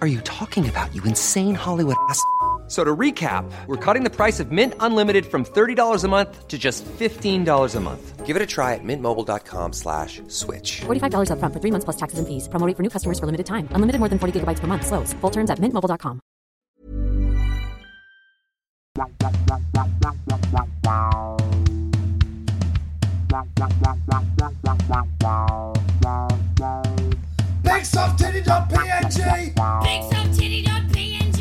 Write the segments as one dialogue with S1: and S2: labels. S1: are you talking about, you insane Hollywood ass? f- So to recap, we're cutting the price of Mint Unlimited from $30 a month to just $15 a month. Give it a try at mintmobile.com slash switch.
S2: $45 upfront for three months plus taxes and fees. Promo rate for new customers for limited time. Unlimited more than 40 gigabytes per month. Slows. Full terms at mintmobile.com.
S3: Bigsoft.png!
S4: BigSoftTitty.png.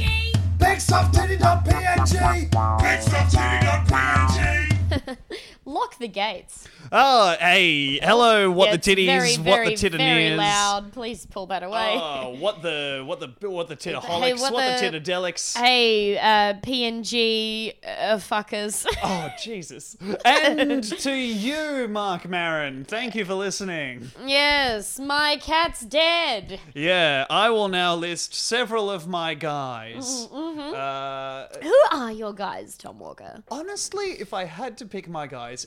S3: Bigsoft.png! Bigsoft.png!
S4: Lock the gates.
S5: Oh, hey, hello, what
S4: Yeah,
S5: the
S4: it's
S5: titties,
S4: very,
S5: what
S4: very,
S5: the titten
S4: very
S5: is.
S4: loud. Please pull that away.
S5: Oh, what the what the what the titaholics,
S4: Hey,
S5: what,
S4: what
S5: the,
S4: the-
S5: titadelics.
S4: Hey, uh, PNG uh, fuckers.
S5: Oh Jesus! And to you, Mark Marin, thank you for listening.
S4: yes, my cat's dead.
S5: Yeah, I will now list several of my guys.
S4: Mm-hmm,
S5: Uh,
S4: Who are your guys, Tom Walker?
S5: honestly, if I had to pick my guys,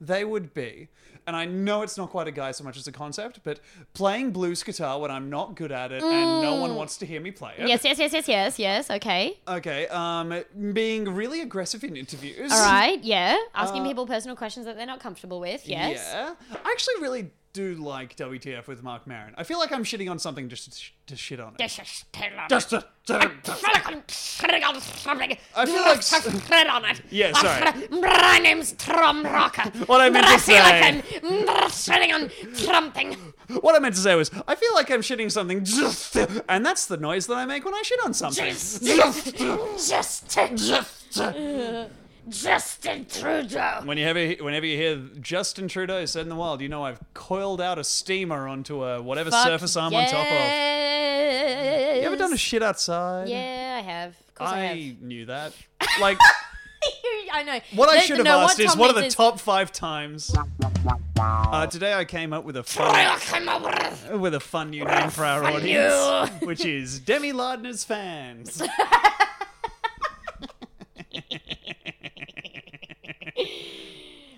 S5: they would be, and I know it's not quite a guy so much as a concept, but playing blues guitar when I'm not good at it and no one wants to hear me play it.
S4: Mm. Yes, yes, yes, yes, yes, yes. Okay.
S5: Okay. Um, being really aggressive in interviews.
S4: All right. Yeah. Asking people personal questions that they're not comfortable with. Yes.
S5: Uh, Yeah. I actually really do like WTF with Mark Maron. I feel like I'm shitting on something just to, sh- to shit on it.
S4: Yes, yes, tell on
S5: Just to- to-
S4: it.
S5: I feel like s-
S4: Tread on it.
S5: Yeah, sorry.
S4: My name's Tom Rocker.
S5: What I meant to say-
S4: Treading on something.
S5: what I meant to say was I feel like I'm shitting something just, to- and that's the noise that I make when I shit on something.
S4: Just, just, Justin Trudeau.
S5: Whenever, whenever you hear Justin Trudeau said in the wild, you know I've coiled out a steamer onto a whatever surface I'm on top of. You ever done a shit outside?
S4: Yeah, I have. Of course I, have.
S5: I knew that. Like,
S4: I know.
S5: what I
S4: No,
S5: should have
S4: no,
S5: asked is
S4: Tom
S5: what are the
S4: means
S5: top five times? Uh, today I came up with a fun, with a fun new name for our audience, which is Demi Lardner's fans.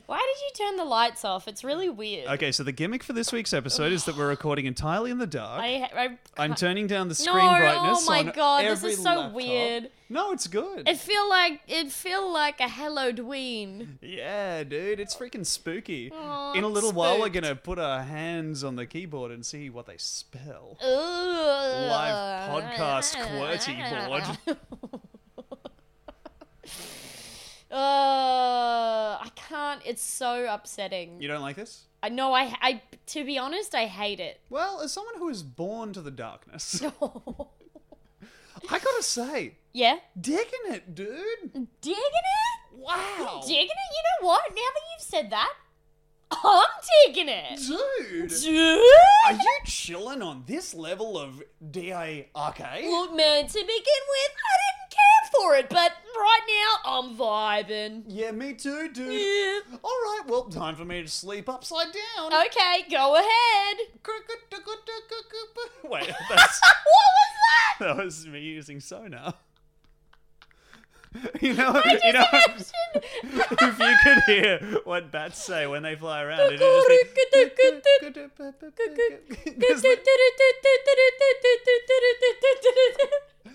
S4: Why did you turn the lights off? It's really weird.
S5: Okay, so the gimmick for this week's episode is that we're recording entirely in the dark.
S4: I, I,
S5: I'm turning down the screen
S4: No, oh
S5: brightness.
S4: my
S5: on
S4: God, this
S5: every
S4: is so
S5: laptop.
S4: weird.
S5: No, it's good.
S4: it feel like it feel like a Halloween.
S5: Yeah, dude, it's freaking spooky.
S4: Aw,
S5: in a
S4: I'm
S5: little while, we're
S4: spooked.
S5: gonna put our hands on the keyboard and see what they spell.
S4: Ugh.
S5: Live podcast QWERTY board.
S4: Uh, I can't. It's so upsetting.
S5: You don't like this?
S4: I know. I, I. To be honest, I hate it.
S5: Well, as someone who was born to the darkness, I gotta say,
S4: yeah.
S5: digging it, dude.
S4: Digging it.
S5: Wow,
S4: Digging it. You know what? Now that you've said that, I'm digging it.
S5: dude.
S4: Dude.
S5: Are you chilling on this level of D-A-R-K?
S4: Look, man. To begin with, I didn't care for it, but right now I'm vibing.
S5: Yeah, me too, dude.
S4: Yeah. Oh.
S5: All right, well, time for me to sleep upside down.
S4: Okay, go ahead.
S5: Wait, that's,
S4: What was that?
S5: that was me using sonar. you know, you know if you could hear what bats say when they fly around, it'd just be. There's like, Hi,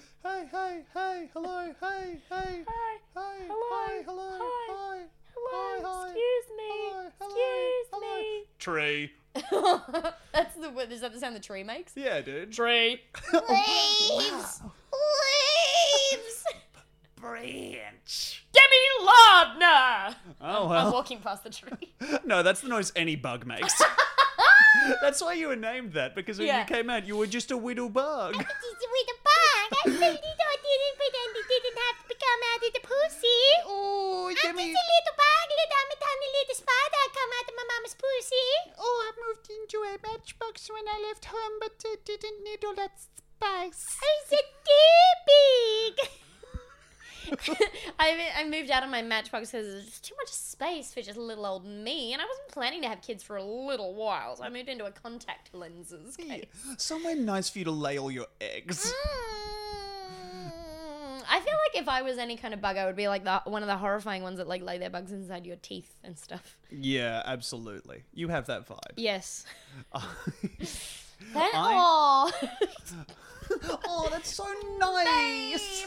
S5: hi, hi, hello, hi, hi, hi, hi, hi, hello, hi, hi, hi,
S4: Excuse me.
S5: hello, hello,
S4: Excuse me.
S5: hello. Tree.
S4: That's the what is that the sound the tree makes?
S5: Yeah, dude.
S4: Tree. Leaves. Leaves.
S5: Branch.
S4: Demi Lardner.
S5: Oh
S4: I'm
S5: well.
S4: walking past the tree.
S5: No, that's the noise any bug makes. That's why you were named that because when
S4: Yeah.
S5: you came out, you were just a widow bug.
S4: with a bug. I certainly thought didn't pretend it didn't have to come out of the pussy.
S5: Oh, Jimmy.
S4: little bug, little I'm a tiny little spider come out of my mama's pussy.
S5: Oh, I moved into a matchbox when I left home, but I didn't need all that spice.
S4: Is it too big? I, I moved out of my matchbox because there's just too much space for just little old me, and I wasn't planning to have kids for a little while, so I moved into a contact lenses case.
S5: Somewhere nice for you to lay all your eggs.
S4: Mm. I feel like if I was any kind of bug, I would be like the, one of the horrifying ones that like lay their bugs inside your teeth and stuff.
S5: Yeah, absolutely. You have that vibe.
S4: Yes. That,
S5: I-
S4: aw.
S5: oh, that's so nice.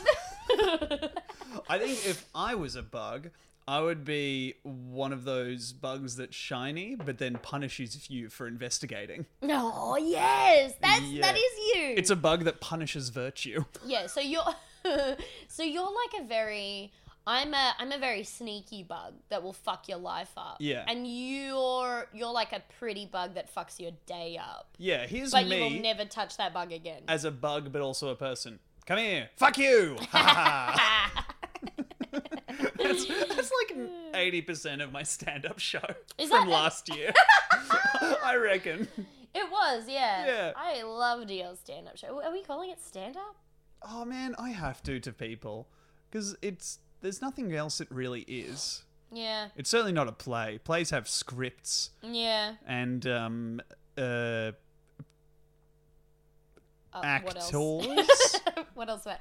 S5: I think if I was a bug, I would be one of those bugs that's shiny, but then punishes you for investigating.
S4: No, yes, that's
S5: Yeah.
S4: that is you.
S5: It's a bug that punishes virtue.
S4: Yeah, so you're so you're like a very I'm a I'm a very sneaky bug that will fuck your life up.
S5: Yeah.
S4: And you're you're like a pretty bug that fucks your day up.
S5: Yeah, here's
S4: But
S5: me
S4: you will never touch that bug again.
S5: as a bug, but also a person. Come here, fuck you. Ha, ha, ha. that's, that's like eighty percent of my stand-up show
S4: Is that-
S5: from last year. I reckon.
S4: it was, yeah.
S5: Yeah.
S4: I loved your stand up show. Are we calling it stand up?
S5: Oh man, I have to to people because it's there's nothing else it really is.
S4: Yeah.
S5: It's certainly not a play. Plays have scripts
S4: Yeah.
S5: and um uh
S4: Uh, What
S5: actors.
S4: else? what else? Were...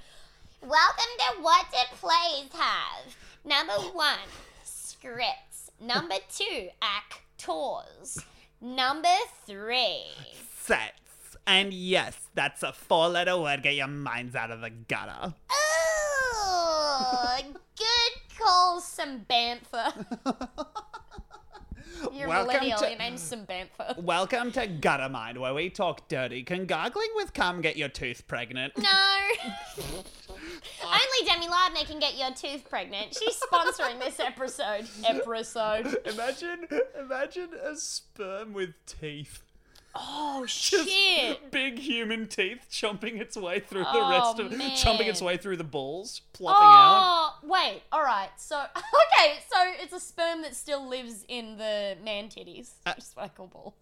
S3: Welcome to What Did Plays Have? Number one, scripts. Number two, actors. Number three.
S5: Sets. And yes, that's a four-letter word. Get your minds out of the gutter.
S3: Ooh,
S4: Good call, some bantha. You're
S5: Welcome
S4: millennial.
S5: to-
S4: Your name's some bantha.
S5: Welcome to Gutter Mind, where we talk dirty. Can gargling with cum get your tooth pregnant?
S4: No.
S3: only Demi Lardner can get your tooth pregnant. She's sponsoring this episode.
S4: episode. Episode.
S5: Imagine, imagine a sperm with teeth.
S4: Oh shit.
S5: Big human teeth chomping its way through the
S4: Oh,
S5: rest of,
S4: man.
S5: chomping its way through the balls, plopping out.
S4: Oh wait. All right. So okay. So it's a sperm that still lives in the man titties.
S5: Uh,
S4: Which is what I call balls.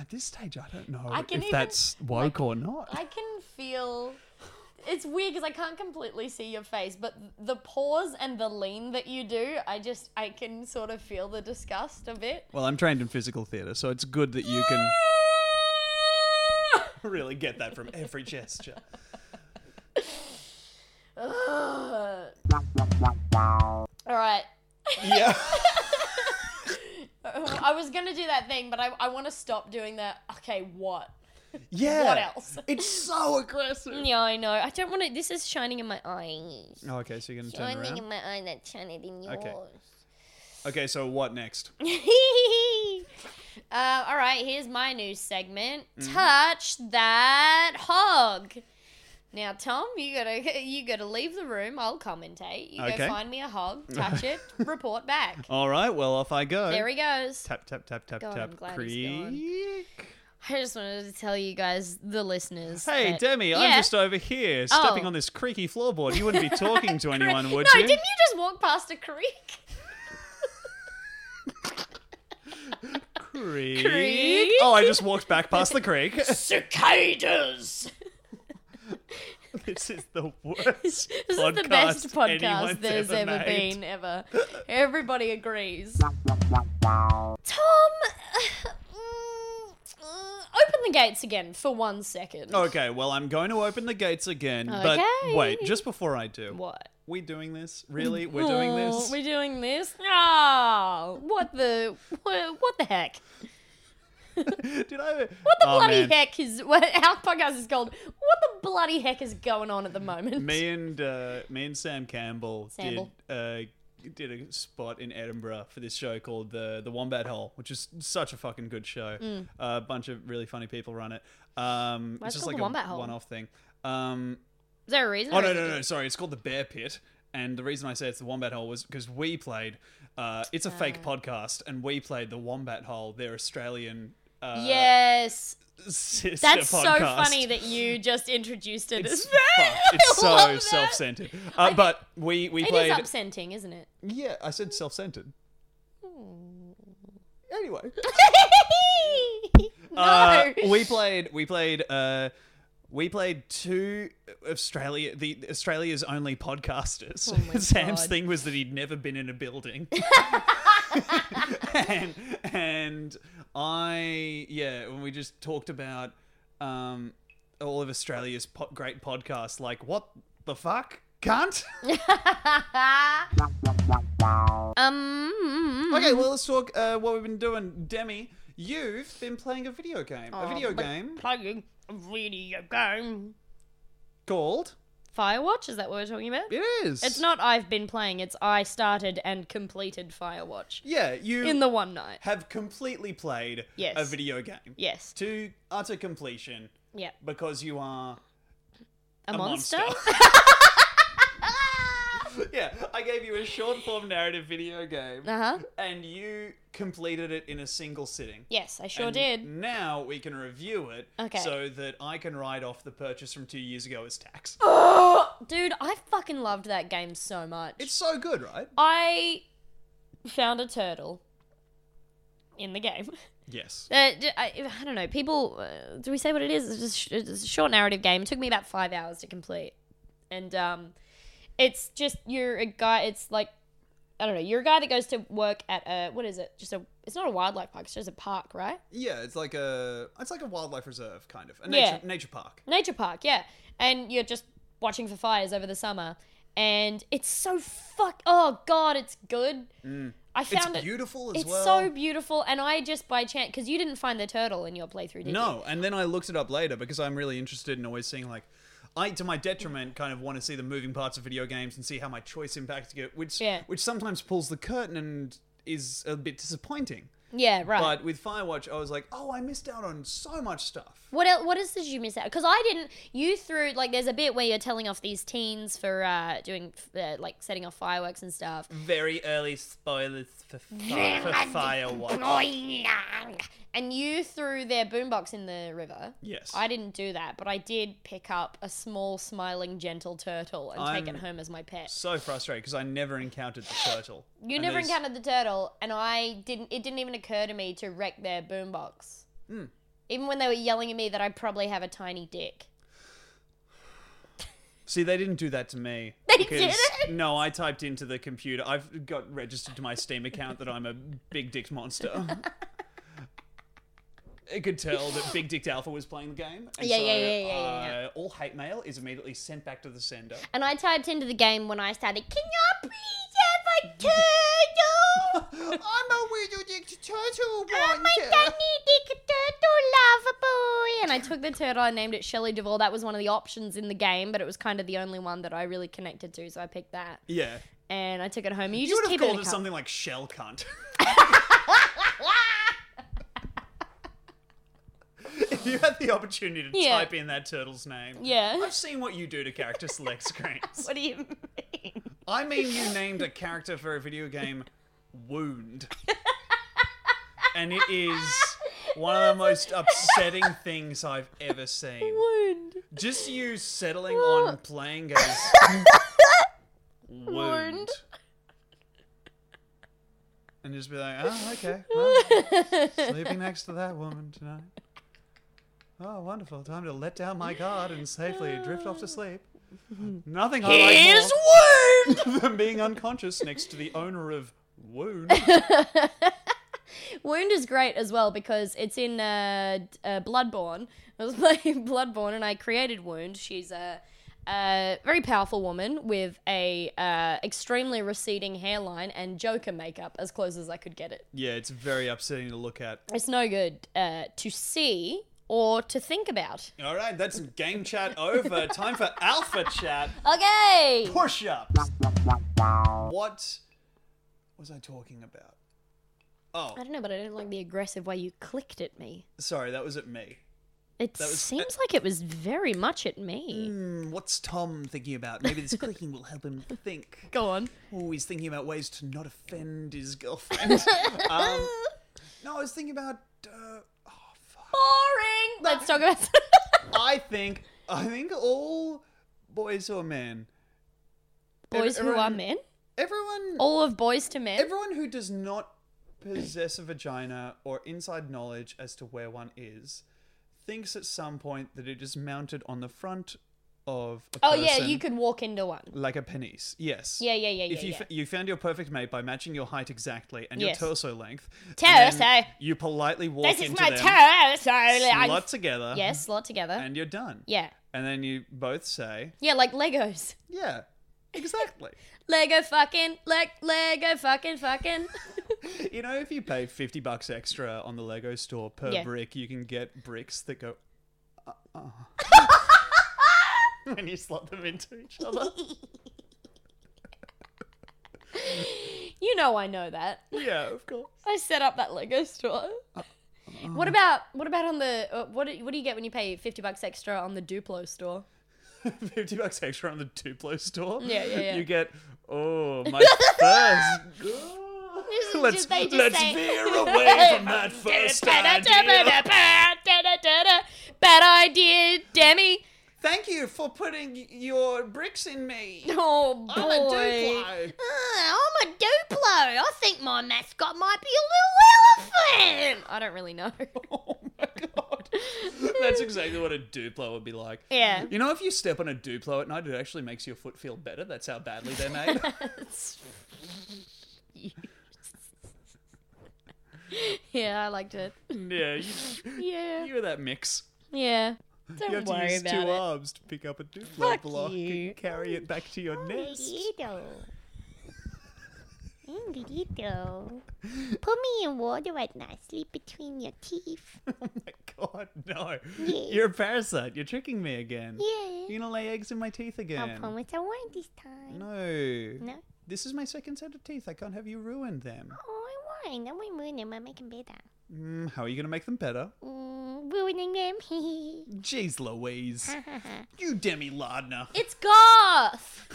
S5: At this stage, I don't know
S4: I can
S5: if
S4: even-
S5: that's woke
S4: like,
S5: or not.
S4: I can feel. It's weird because I can't completely see your face, but the pause and the lean that you do, I just I can sort of feel the disgust a bit.
S5: Well, I'm trained in physical theatre, so it's good that you can really get that from every gesture.
S4: Ugh. All right.
S5: Yeah.
S4: I was gonna do that thing, but I, I want to stop doing that. Okay, what?
S5: Yeah.
S4: What else?
S5: It's so aggressive.
S4: Yeah, I know. I don't want to. This is shining in my eyes.
S5: Oh, okay, so you're going to turn
S3: Only
S5: around.
S3: in my eye that shined in yours.
S5: Okay. Okay, so what next?
S4: uh, all right, here's my new segment.
S5: Mm-hmm.
S4: Touch that hog. Now, Tom, you gotta you gotta leave the room. I'll commentate. You
S5: Okay.
S4: go find me a hog, touch it, report back.
S5: All right, well, off I go.
S4: There he goes.
S5: Tap, tap, tap, tap,
S4: God,
S5: tap.
S4: I'm glad
S5: creak.
S4: he's gone. I just wanted to tell you guys, the listeners.
S5: Hey,
S4: that-
S5: Demi, I'm
S4: Yeah.
S5: just over here stepping
S4: Oh.
S5: on this creaky floorboard. You wouldn't be talking to anyone, would
S4: no,
S5: you?
S4: didn't you just walk past a creek?
S5: Creak.
S4: Creak.
S5: Oh, I just walked back past the creek.
S4: Cicadas.
S5: this is the worst.
S4: This is the best podcast
S5: anyone's
S4: there's ever,
S5: made.
S4: been, ever. Everybody uh, agrees. Tom, mm, mm, open the the gates again for one second.
S5: Okay, well, I'm going to open the gates again.
S4: Okay.
S5: But wait, just before I do.
S4: What?
S5: We doing this? Really? We're doing
S4: Oh,
S5: this?
S4: We're doing this. Oh, what the what, what the heck?
S5: Did I? Oh, What
S4: What the bloody heck is what our podcast is called? What the bloody heck is going on at the moment?
S5: Me and uh, me and Sam Campbell
S4: Samble.
S5: did uh, did a spot in Edinburgh for this show called the the Wombat Hole, which is such a fucking good show. Uh, a bunch of really funny people run it. Um,
S4: Mm. Why is
S5: it's
S4: it called
S5: just like
S4: the Wombat
S5: a
S4: Hole?
S5: one-off thing. Um,
S4: Is there a reason?
S5: oh
S4: or
S5: no
S4: is it
S5: no
S4: just-
S5: no! Sorry, it's called the Bear Pit. And the reason I say it's the Wombat Hole was because we played. Uh, it's a fake podcast, and we played the Wombat Hole, their Australian uh,
S4: Yes,
S5: sister
S4: that's so
S5: podcast.
S4: funny that you just introduced it.
S5: It's,
S4: as
S5: fucked. It's
S4: I love
S5: so
S4: that.
S5: self-centered. Uh, but we we
S4: It
S5: played.
S4: is upsetting, isn't it?
S5: Yeah, I said self-centered.
S4: Hmm.
S5: Anyway,
S4: no.
S5: uh, we played. We played. Uh, we played two Australia, the Australia's only podcasters. Sam's
S4: Oh God.
S5: thing was that he'd never been in a building, and, and I, yeah, when we just talked about um, all of Australia's po- great podcasts, like what the fuck, can't.
S4: um.
S5: Okay, well, let's talk uh, what we've been doing. Demi, you've been playing a video game. a video game
S4: Playing a video game.
S5: called.
S4: Firewatch? Is that what we're talking about?
S5: It is.
S4: It's not I've been playing, it's I started and completed Firewatch
S5: Yeah, you
S4: in the one night.
S5: have completely played
S4: Yes.
S5: a video game.
S4: Yes.
S5: To utter completion
S4: Yeah.
S5: because you are
S4: A,
S5: a
S4: monster?
S5: monster. yeah, I gave you a short form narrative video game
S4: uh huh.
S5: and you completed it in a single sitting.
S4: Yes, I sure
S5: And
S4: did.
S5: Now we can review it
S4: Okay.
S5: so that I can write off the purchase from two years ago as tax.
S4: Oh, Dude, I fucking loved that game so much.
S5: It's so good, right?
S4: I found a turtle in the game.
S5: Yes.
S4: Uh, d- I, I don't know. People, uh, do we say what it is? It's just it's a short narrative game. It took me about five hours to complete, and um, it's just you're a guy. It's like I don't know. You're a guy that goes to work at a what is it? Just a. It's not a wildlife park. It's just a park, right?
S5: Yeah, it's like a it's like a wildlife reserve kind of. A
S4: Yeah.
S5: nature nature park.
S4: Nature park, yeah. And you're just watching for fires over the summer, and it's so fuck. Oh god, it's good. I found
S5: Mm. it's
S4: it.
S5: beautiful as
S4: It's
S5: well.
S4: so beautiful, and I just by chance because you didn't find the turtle in your playthrough, did you?
S5: No, and then I looked it up later because I'm really interested in always seeing like I to my detriment kind of want to see the moving parts of video games and see how my choice impacts it, which
S4: Yeah.
S5: which sometimes pulls the curtain and is a bit disappointing.
S4: Yeah, right.
S5: But with Firewatch, I was like, oh, I missed out on so much stuff.
S4: What else, what else did you miss out? Because I didn't. You threw like there's a bit where you're telling off these teens for uh, doing uh, like setting off fireworks and stuff,
S5: Very early spoilers for, fi- for Firewatch.
S4: and you threw their boombox in the river.
S5: Yes.
S4: I didn't do that, but I did pick up a small, smiling, gentle turtle and take it home as my pet.
S5: So frustrated because I never encountered the turtle.
S4: You
S5: And
S4: never
S5: there's-
S4: encountered the turtle, and I didn't. It didn't even occur to me to wreck their boombox.
S5: Hmm.
S4: Even when they were yelling at me that I probably have a tiny dick.
S5: See, they didn't do that to me.
S4: They
S5: because-
S4: didn't?
S5: No, I typed into the computer. I've got registered to my Steam account that I'm a big dicked monster. It could tell that Big Dicked Alpha was playing the game. And
S4: Yeah,
S5: so,
S4: yeah, yeah, yeah, yeah,
S5: Uh, all hate mail is immediately sent back to the sender.
S4: And I typed into the game when I started, Can you please have a turtle?
S5: I'm a weirdo dicked turtle
S4: Oh my tiny dick turtle lover boy. And I took the turtle, I named it Shelley Duvall. That was one of the options in the game, but it was kind of the only one that I really connected to, so I picked that.
S5: Yeah.
S4: And I took it home. You,
S5: You
S4: just
S5: would have
S4: keep it in
S5: called
S4: a Ah!
S5: it
S4: cup.
S5: something like shell cunt. if you had the opportunity to
S4: Yeah.
S5: type in that turtle's name,
S4: Yeah.
S5: I've seen what you do to character select screens.
S4: What do you mean?
S5: I mean, you named a character for a video game Wound. and it is one of the most upsetting things I've ever seen.
S4: Wound.
S5: Just you settling on playing as Wound. And just be like, oh, okay. well, sleeping next to that woman tonight. Oh, wonderful. Time to let down my guard and safely drift off to sleep. Nothing I like more than being unconscious next to the owner of Wound.
S4: Wound is is great as well because it's in uh, d- uh, Bloodborne. I was playing Bloodborne and I created Wound. She's a, a very powerful woman with a uh, extremely receding hairline and Joker makeup as close as I could get it.
S5: Yeah, it's very upsetting to look at.
S4: It's no good uh, to see or to think about.
S5: All right, that's game chat over. Time for alpha chat.
S4: Okay.
S5: Push ups. What was I talking about? Oh,
S4: I don't know, but I don't like the aggressive way you clicked at me.
S5: sorry, that was at me.
S4: It
S5: was-
S4: seems like it was very much at me.
S5: Hmm, what's Tom thinking about? Maybe this clicking will help him think.
S4: Go on.
S5: Oh, he's thinking about ways to not offend his girlfriend. um, no, I was thinking about. Uh,
S4: Boring. Let's talk about.
S5: I think. I think all boys or men.
S4: Boys who are
S5: Everyone-
S4: men?
S5: Everyone.
S4: All of boys to men?
S5: Everyone who does not possess a vagina or inside knowledge as to where one is thinks at some point that it is mounted on the front of a
S4: oh, yeah,
S5: person
S4: you could walk into one.
S5: like a penis. Yes.
S4: Yeah, yeah, yeah,
S5: If
S4: yeah,
S5: you
S4: yeah.
S5: f- you found your perfect mate by matching your height exactly and
S4: Yes.
S5: your torso length, and
S4: Torso.
S5: then you politely walk
S4: This is
S5: into
S4: my
S5: them,
S4: torso. I'm-
S5: slut together.
S4: Yeah, slot together.
S5: And you're done.
S4: yeah.
S5: And then you both say,
S4: Yeah, like Legos.
S5: "Yeah, exactly."
S4: Lego fucking, leg, Lego fucking, fucking.
S5: You know, if you pay 50 bucks extra on the Lego store per
S4: Yeah.
S5: brick, you can get bricks that go. Uh, uh. when you slot them into each other.
S4: you know I know that.
S5: yeah, of course.
S4: I set up that Lego store.
S5: Uh,
S4: What about what about on the uh, what do, what do you get when you pay fifty bucks extra on the Duplo store?
S5: 50 bucks extra on the Duplo store.
S4: Yeah, yeah, yeah.
S5: You get, oh, my first. let's
S4: they just
S5: let's
S4: say-
S5: veer away from that first idea.
S4: Bad idea, Demi.
S5: Thank you for putting your bricks in me.
S4: Oh boy.
S5: I'm a Duplo.
S4: I'm a Duplo. I think my mascot might be a little elephant. I don't really know.
S5: Oh my god. That's exactly what a Duplo would be like.
S4: Yeah.
S5: You know, if you step on a Duplo at night, it actually makes your foot feel better. That's how badly they're made.
S4: yeah, I liked it.
S5: yeah, you,
S4: Yeah.
S5: you're that mix.
S4: Yeah. Don't
S5: you have to
S4: worry
S5: use
S4: about
S5: two
S4: it.
S5: arms to pick up a Duplo
S4: Fuck
S5: block
S4: you.
S5: and carry it back to your nest.
S3: Indeedo. Put me in water right now. Sleep between your teeth.
S5: Oh my god, no. You're a parasite. You're tricking me again.
S3: Yeah.
S5: You're gonna lay eggs in my teeth
S3: I
S5: again.
S3: promise I won't this time.
S5: no.
S3: No?
S5: This is my second set of teeth. I can't have you ruin them.
S3: Oh, I won't. I won't ruin them. I make them better.
S5: Mm, how are you gonna make them better?
S3: Mm, ruining them.
S5: Jeez Louise. you Demi Lardner.
S4: It's goth.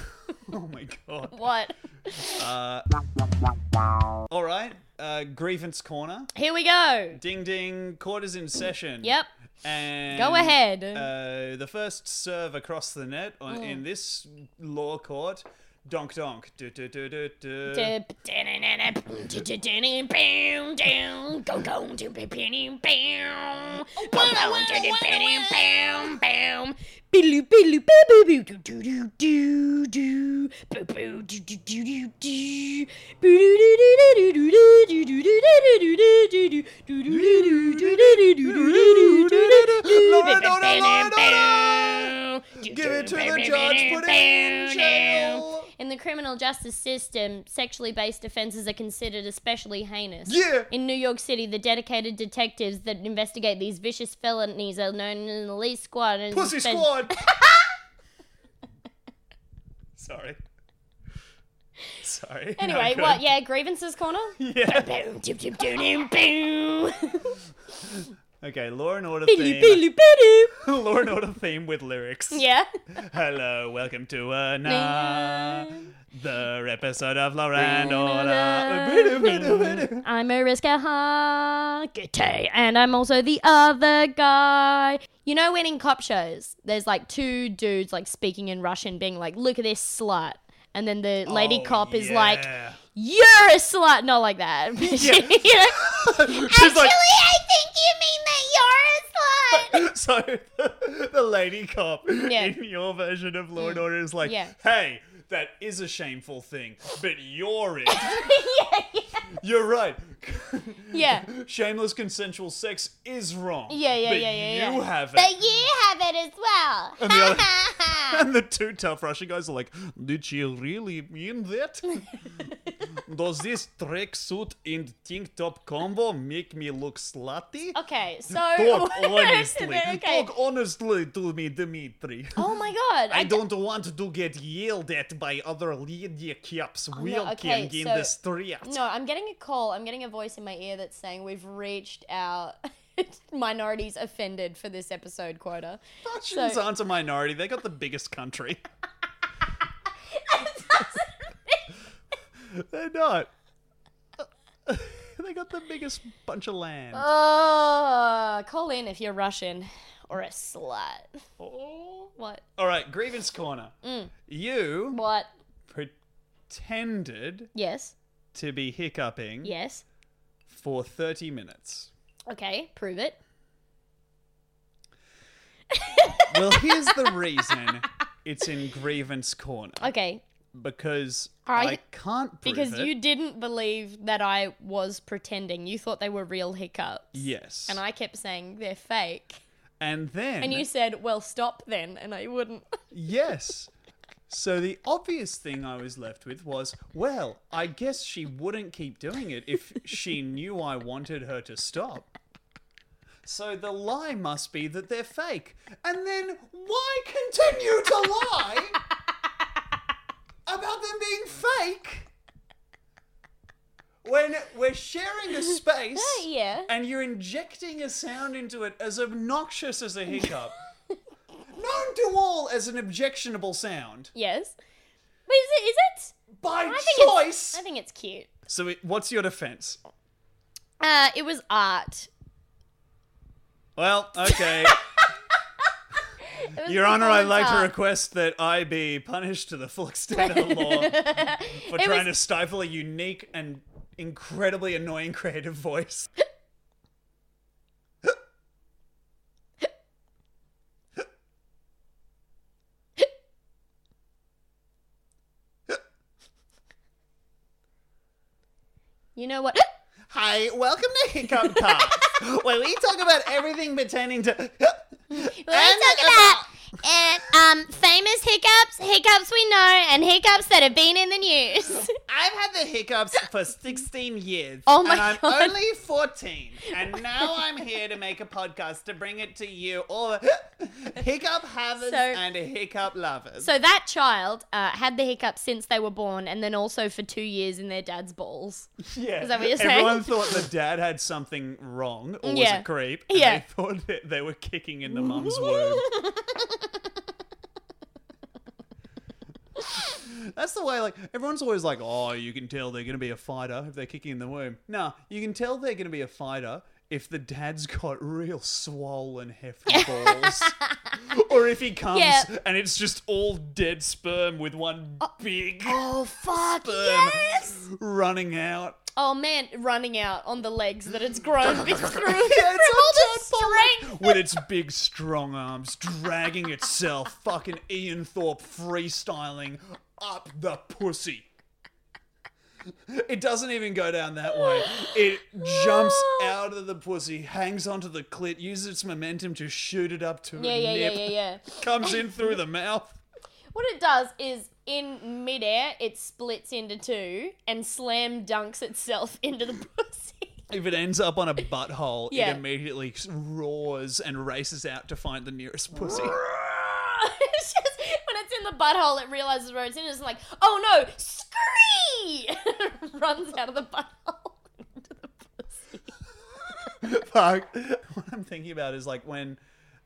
S5: Oh my god. Uh,
S4: What?
S5: All right. Uh, grievance corner.
S4: Here we go.
S5: Ding ding. Court is in session.
S4: Yep.
S5: And
S4: Go ahead.
S5: Uh, the first serve across the net on,
S4: Mm.
S5: in this law court. Donk donk. Du, du, du, du, du. Loretta, Loretta, Loretta! Give it to the judge. Put it in jail.
S4: In the criminal justice system, sexually based offenses are considered especially heinous.
S5: Yeah.
S4: In New York City, the dedicated detectives that investigate these vicious felonies are known in the Lee Squad and
S5: Pussy
S4: spe-
S5: squad. Sorry. Sorry. No,
S4: Anyway,
S5: good.
S4: what? Yeah, grievances corner.
S5: Yeah. Okay, Law and Order theme. Law and Order theme with lyrics.
S4: yeah.
S5: Hello, welcome to another episode of Law and Order.
S4: I'm a risk hargitay, and I'm also the other guy. You know when in cop shows, there's like two dudes like speaking in Russian, being like, "Look at this slut," and then the lady
S5: Oh,
S4: cop is like,
S5: yeah.
S4: "You're a slut," not like that.
S5: She's
S4: I
S5: like,
S4: think you mean that you're a slut.
S5: so the lady cop
S4: Yeah. Mm.
S5: in your version of Law and Order is like,
S4: Yeah.
S5: hey, that is a shameful thing, but you're it. You're right.
S4: Yeah.
S5: Shameless consensual sex is wrong.
S4: Yeah, yeah,
S5: but
S4: yeah, yeah,
S5: You
S4: yeah.
S5: have it.
S3: But you have it as well.
S5: and, the other, and the two tough Russian guys are like, Did she really mean that? Does this tracksuit and tank top combo make me look slutty?
S4: Okay, so
S5: Talk
S4: Wait a
S5: honestly.
S4: minute, okay.
S5: Talk honestly to me, Dimitri.
S4: Oh my god.
S5: I
S4: d-
S5: don't want to get yelled at by other Lydia Caps
S4: Oh, no,
S5: Wilking
S4: okay,
S5: in
S4: so-
S5: the street.
S4: No, I'm getting a call. I'm getting a voice in my ear that's saying we've reached our minorities offended for this episode quota.
S5: Russians aren't a minority. They got the biggest country. They're not. they got the biggest bunch of land.
S4: Oh, call in if you're Russian or a slut.
S5: Oh.
S4: What?
S5: All right, grievance corner.
S4: Mm.
S5: You
S4: What?
S5: pretended
S4: Yes.
S5: to be hiccuping
S4: Yes.
S5: for 30 minutes.
S4: Okay, prove it.
S5: Well, here's the reason it's in grievance corner
S4: Okay,
S5: because
S4: I-
S5: I can't prove
S4: because
S5: it.
S4: you didn't believe that I was pretending. You thought they were real hiccups.
S5: Yes.
S4: And I kept saying they're fake.
S5: and then
S4: And you said, well, stop then. And I wouldn't.
S5: Yes. So the obvious thing I was left with was, well, I guess she wouldn't keep doing it if she knew I wanted her to stop. So the lie must be that they're fake. And then why continue to lie about them being fake? When we're sharing a space
S4: yeah.
S5: and you're injecting a sound into it as obnoxious as a hiccup known to all as an objectionable sound
S4: Yes. Wait, is it? Is it?
S5: by
S4: think it's-
S5: choice.
S4: I think it's cute.
S5: So, it, what's your defense?
S4: Uh, it was art.
S5: Well, okay. Your Honor, I'd like to request that I be punished to the full extent of the law for trying to stifle a unique and incredibly annoying creative voice.
S4: You know what?
S5: Hi, welcome to Hiccup Talk, where we talk about everything pertaining to.
S3: Let's talk about uh, um, famous hiccups, hiccups we know, and hiccups that have been in the news.
S5: I've had the hiccups for 16 years.
S4: Oh my
S5: and I'm
S4: God.
S5: only 14. And now I'm here to make a podcast to bring it to you all hiccup havers
S4: So-
S5: and hiccup lovers.
S4: So that child uh, had the hiccups since they were born, and then also for two years in their dad's balls.
S5: yeah.
S4: is that what you're saying?
S5: Everyone thought the dad had something wrong or was
S4: Yeah.
S5: a creep. and
S4: Yeah.
S5: They thought that they were kicking in the mum's womb. That's the way, like, everyone's always like, oh, you can tell they're going to be a fighter if they're kicking in the womb. Nah, you can tell they're going to be a fighter if the dad's got real swollen, hefty balls. or if he comes
S4: Yeah.
S5: and it's just all dead sperm with one big
S4: Oh fuck!
S5: sperm running out.
S4: Oh man, running out on the legs that it's grown be- through from
S5: it's
S4: all the strength.
S5: with its big strong arms dragging itself fucking Ian Thorpe freestyling up the pussy. It doesn't even go down that way. It jumps out of the pussy, hangs onto the clit, uses its momentum to shoot it up to
S4: Yeah,
S5: a
S4: yeah, yeah,
S5: nip,
S4: yeah, yeah.
S5: comes in through the mouth.
S4: What it does is in midair, it splits into two and slam dunks itself into the pussy.
S5: If it ends up on a butthole,
S4: Yeah.
S5: it immediately roars and races out to find the nearest pussy.
S4: it's just when it's in the butthole, it realizes where it's in. It's like, oh no, scree! Runs out of the butthole.
S5: Fuck. What I'm thinking about is like when,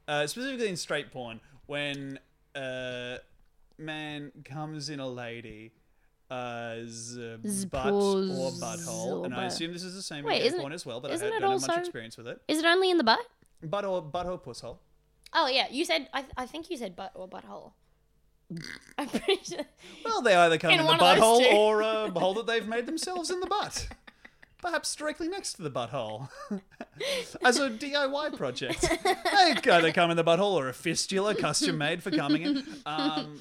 S5: uh, specifically in straight porn, when uh, man comes in a lady. Uh, z- butt or butthole, and I assume this is the same
S4: Wait,
S5: in gay
S4: isn't
S5: porn
S4: it-
S5: as well. But I
S4: isn't
S5: had,
S4: it
S5: don't have
S4: also-
S5: much experience with it.
S4: Is it only in the butt?
S5: Butt or butthole, pusshole.
S4: Oh yeah, you said. I, I think you said butt or butthole. I'm pretty sure.
S5: Well, they either come
S4: In
S5: in, the
S4: one of those
S5: butthole
S4: two.
S5: or a hole that they've made themselves in the butt, perhaps directly next to the butthole, as a DIY project. They either come in the butthole or a fistula custom made for coming in, um,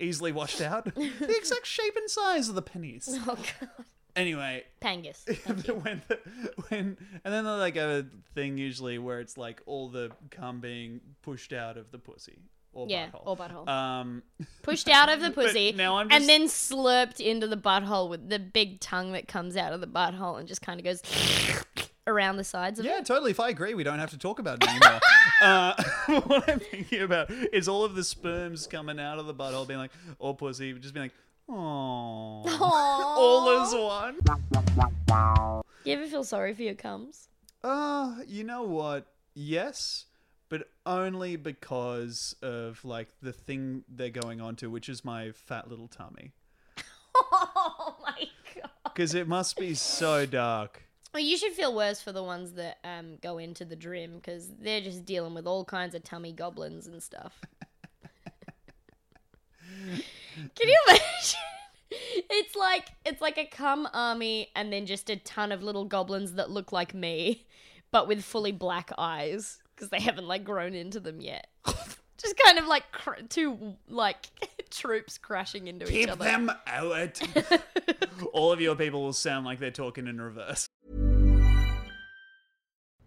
S5: easily washed out. The exact shape and size of the pennies.
S4: Oh god.
S5: Anyway,
S4: Pangus.
S5: when the, when and then there's like a thing usually where it's like all the cum being pushed out of the pussy or
S4: Yeah,
S5: butthole.
S4: or butthole.
S5: Um,
S4: Pushed out of the
S5: But
S4: pussy
S5: now I'm just-
S4: and then slurped into the butthole with the big tongue that comes out of the butthole and just kind of goes around the sides of
S5: yeah,
S4: it.
S5: totally. If I agree, we don't have to talk about it anymore. uh, what I'm thinking about is all of the sperms coming out of the butthole, being like, or pussy, just being like, oh, all as one.
S4: You ever feel sorry for your cums?
S5: Uh, you know what? Yes, but only because of like the thing they're going on to, which is my fat little tummy.
S4: Oh my god.
S5: Because it must be so dark.
S4: Well, you should feel worse for the ones that um, go into the dream because they're just dealing with all kinds of tummy goblins and stuff. Can you imagine? It's like it's like a cum army and then just a ton of little goblins that look like me, but with fully black eyes because they haven't like grown into them yet. just kind of like cr- two like troops crashing into each other.
S5: out. All of your people will sound like they're talking in reverse.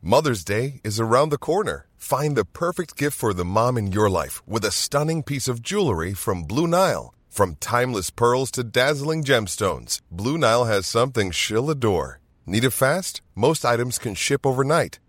S6: Mother's Day is around the corner. Find the perfect gift for the mom in your life with a stunning piece of jewelry from Blue Nile. From timeless pearls to dazzling gemstones, Blue Nile has something she'll adore. Need it fast? Most items can ship overnight.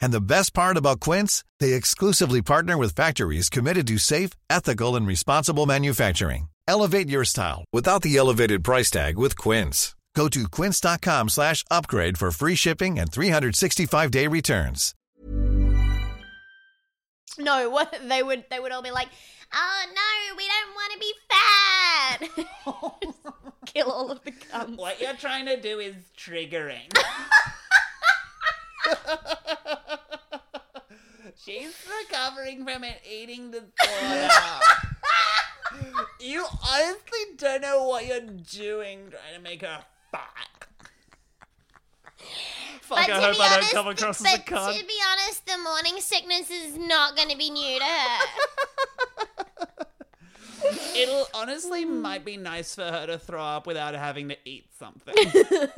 S7: And the best part about Quince, they exclusively partner with factories committed to safe, ethical, and responsible manufacturing. Elevate your style without the elevated price tag with Quince. Go to quince.com slash upgrade for free shipping and 365-day returns.
S4: No, what they would they would all be like,
S3: Oh no, we don't want to be fat.
S4: kill all of the cum.
S5: What you're trying to do is triggering. She's recovering from an eating disorder. you honestly don't know what you're doing trying to make her fat.
S3: But
S5: Fuck, I
S3: to
S5: hope
S3: be
S5: I don't
S3: honest-
S5: come across as
S3: but
S5: a cunt.
S3: to be honest, the morning sickness is not going to be new to her.
S5: It'll honestly might be nice for her to throw up without having to eat something. Cut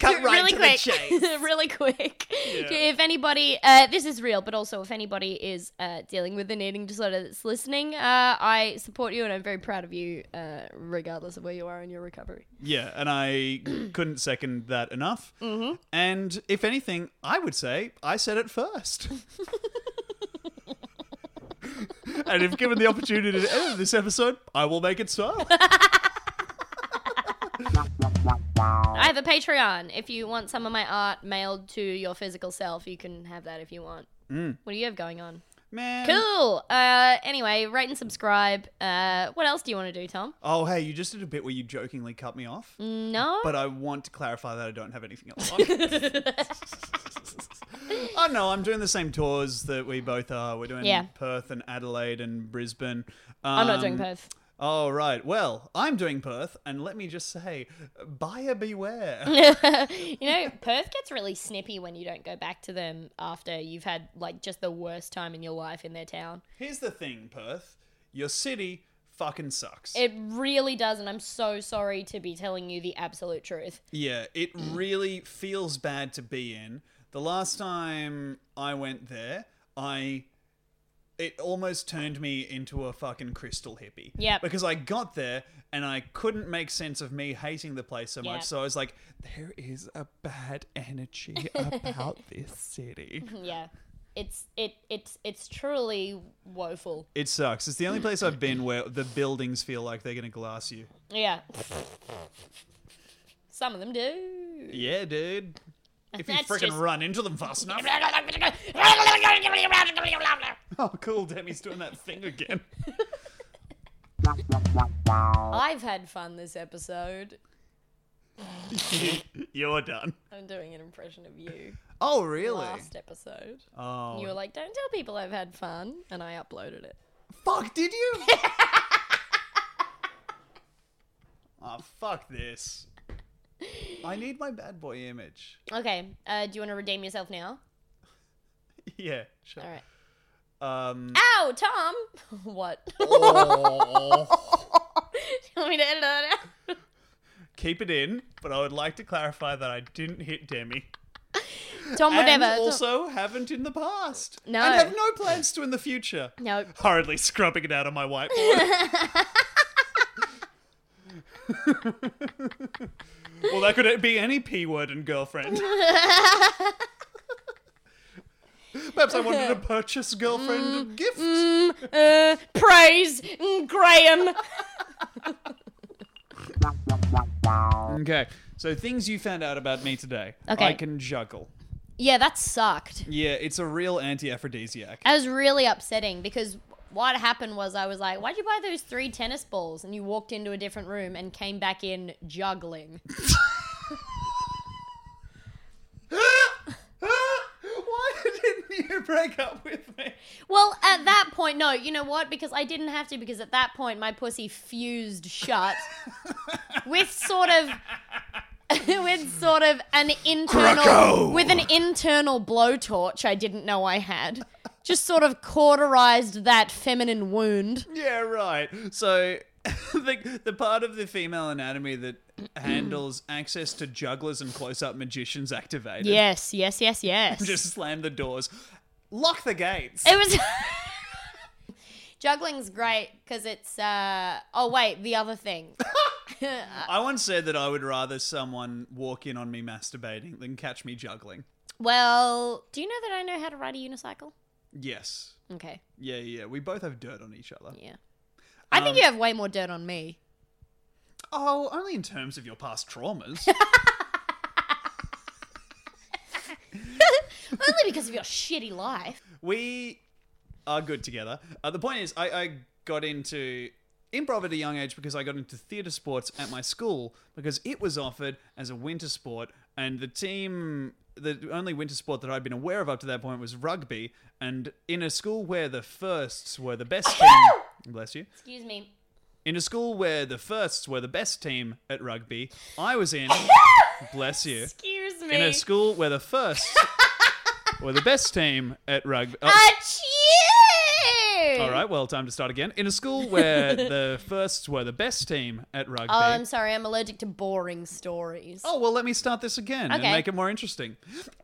S5: right
S4: really
S5: to the
S4: quick,
S5: chase.
S4: really quick. If anybody, uh, this is real, but also if anybody is uh, dealing with an eating disorder that's listening, uh, I support you and I'm very proud of you, uh, regardless of where you are in your recovery.
S5: Yeah, and I couldn't second that enough. Mm-hmm. And if anything, I would say I said it first. and if given the opportunity to edit this episode, I will make it so.
S4: I have a Patreon. If you want some of my art mailed to your physical self, you can have that if you want. What do you have going on?
S5: Man.
S4: Um, Cool. Uh, anyway, rate and subscribe. Uh, what else do you want to do, Tom?
S5: Oh, hey, you just did a bit where you jokingly cut me off.
S4: Mm-hmm. No.
S5: But I want to clarify that I don't have anything else on. oh no, I'm doing the same tours that we both are. We're doing
S4: Yeah.
S5: Perth and Adelaide and Brisbane.
S4: I'm not doing
S5: Um,
S4: Perth.
S5: All right. Well, I'm doing Perth, and let me just say, buyer beware.
S4: You know, Perth gets really snippy when you don't go back to them after you've had like just the worst time in your life in their town.
S5: Here's the thing, Perth. Your city fucking sucks.
S4: It really does, and I'm so sorry to be telling you the absolute truth.
S5: yeah, it really feels bad to be in. The last time I went there, I it almost turned me into a fucking crystal hippie.
S4: Yep.
S5: Because I got there and I couldn't make sense of me hating the place so
S4: Yep.
S5: much. So I was like, there is a bad energy about this city.
S4: Yeah. It's it it's it's truly woeful.
S5: It sucks. It's the only place I've been where the buildings feel like they're going to glass you.
S4: Yeah. Some of them do.
S5: Yeah, dude. If you
S4: That's
S5: freaking
S4: just-
S5: run into them fast enough. oh, cool. Demi's doing that thing again.
S4: I've had fun this episode.
S5: You're done.
S4: I'm doing an impression of you.
S5: Oh, really?
S4: Last episode.
S5: Oh.
S4: You were like, don't tell people I've had fun. And I uploaded it.
S5: Fuck, did you? oh, fuck this. I need my bad boy image.
S4: Okay. Uh, do you want to redeem yourself now?
S5: Yeah, sure.
S4: All right.
S5: Um,
S4: Ow, Tom! what? do you
S5: Oh.
S4: want me to edit that out?
S5: keep it in, but I would like to clarify that I didn't hit Demi.
S4: Tom, whatever.
S5: And also haven't in the past.
S4: No.
S5: And have no plans to in the future.
S4: no.
S5: Hurriedly scrubbing it out on my whiteboard. well, that could be any P word in girlfriend. Perhaps I wanted to purchase
S4: Mm.
S5: girlfriend gifts.
S4: Uh, praise mm, Graham.
S5: Okay, so things you found out about me today.
S4: Okay.
S5: I can juggle.
S4: yeah, that sucked.
S5: Yeah, it's a real anti aphrodisiac.
S4: That was really upsetting because what happened was I was like, why'd you buy those three tennis balls? And you walked into a different room and came back in juggling.
S5: Why didn't you break up with me?
S4: Well, at that point, no, you know what? Because I didn't have to, because at that point, my pussy fused shut with sort of. with sort of an internal with an internal blowtorch I didn't know I had just sort of cauterized that feminine wound
S5: Yeah, right. So the the part of the female anatomy that handles access to jugglers and close up magicians activated.
S4: yes yes yes yes
S5: Just slam the doors. Lock the gates.
S4: It was juggling's great because it's. uh Oh wait, the other thing.
S5: I once said that I would rather someone walk in on me masturbating than catch me juggling.
S4: Well, do you know that I know how to ride a unicycle?
S5: Yes.
S4: Okay,
S5: Yeah, yeah. We both have dirt on each other.
S4: yeah. I think you have way more dirt on me.
S5: Oh, only in terms of your past traumas.
S4: Only because of your shitty life.
S5: we are good together. Uh, the point is, I, I got into improv at a young age because I got into theatre sports at my school because it was offered as a winter sport, and the team. The only winter sport that I'd been aware of up to that point was rugby, and in a school where the firsts were the best team, bless you.
S4: Excuse me.
S5: In a school where the firsts were the best team at rugby, I was in, bless you,
S4: Excuse me.
S5: in a school where the firsts were the best team at rugby. oh,
S4: Achoo!
S5: all right, well, time to start again. In a school where the firsts were the best team at rugby.
S4: Oh, I'm sorry. I'm allergic to boring stories.
S5: oh, well, let me start this again and
S4: Okay.
S5: make it more interesting.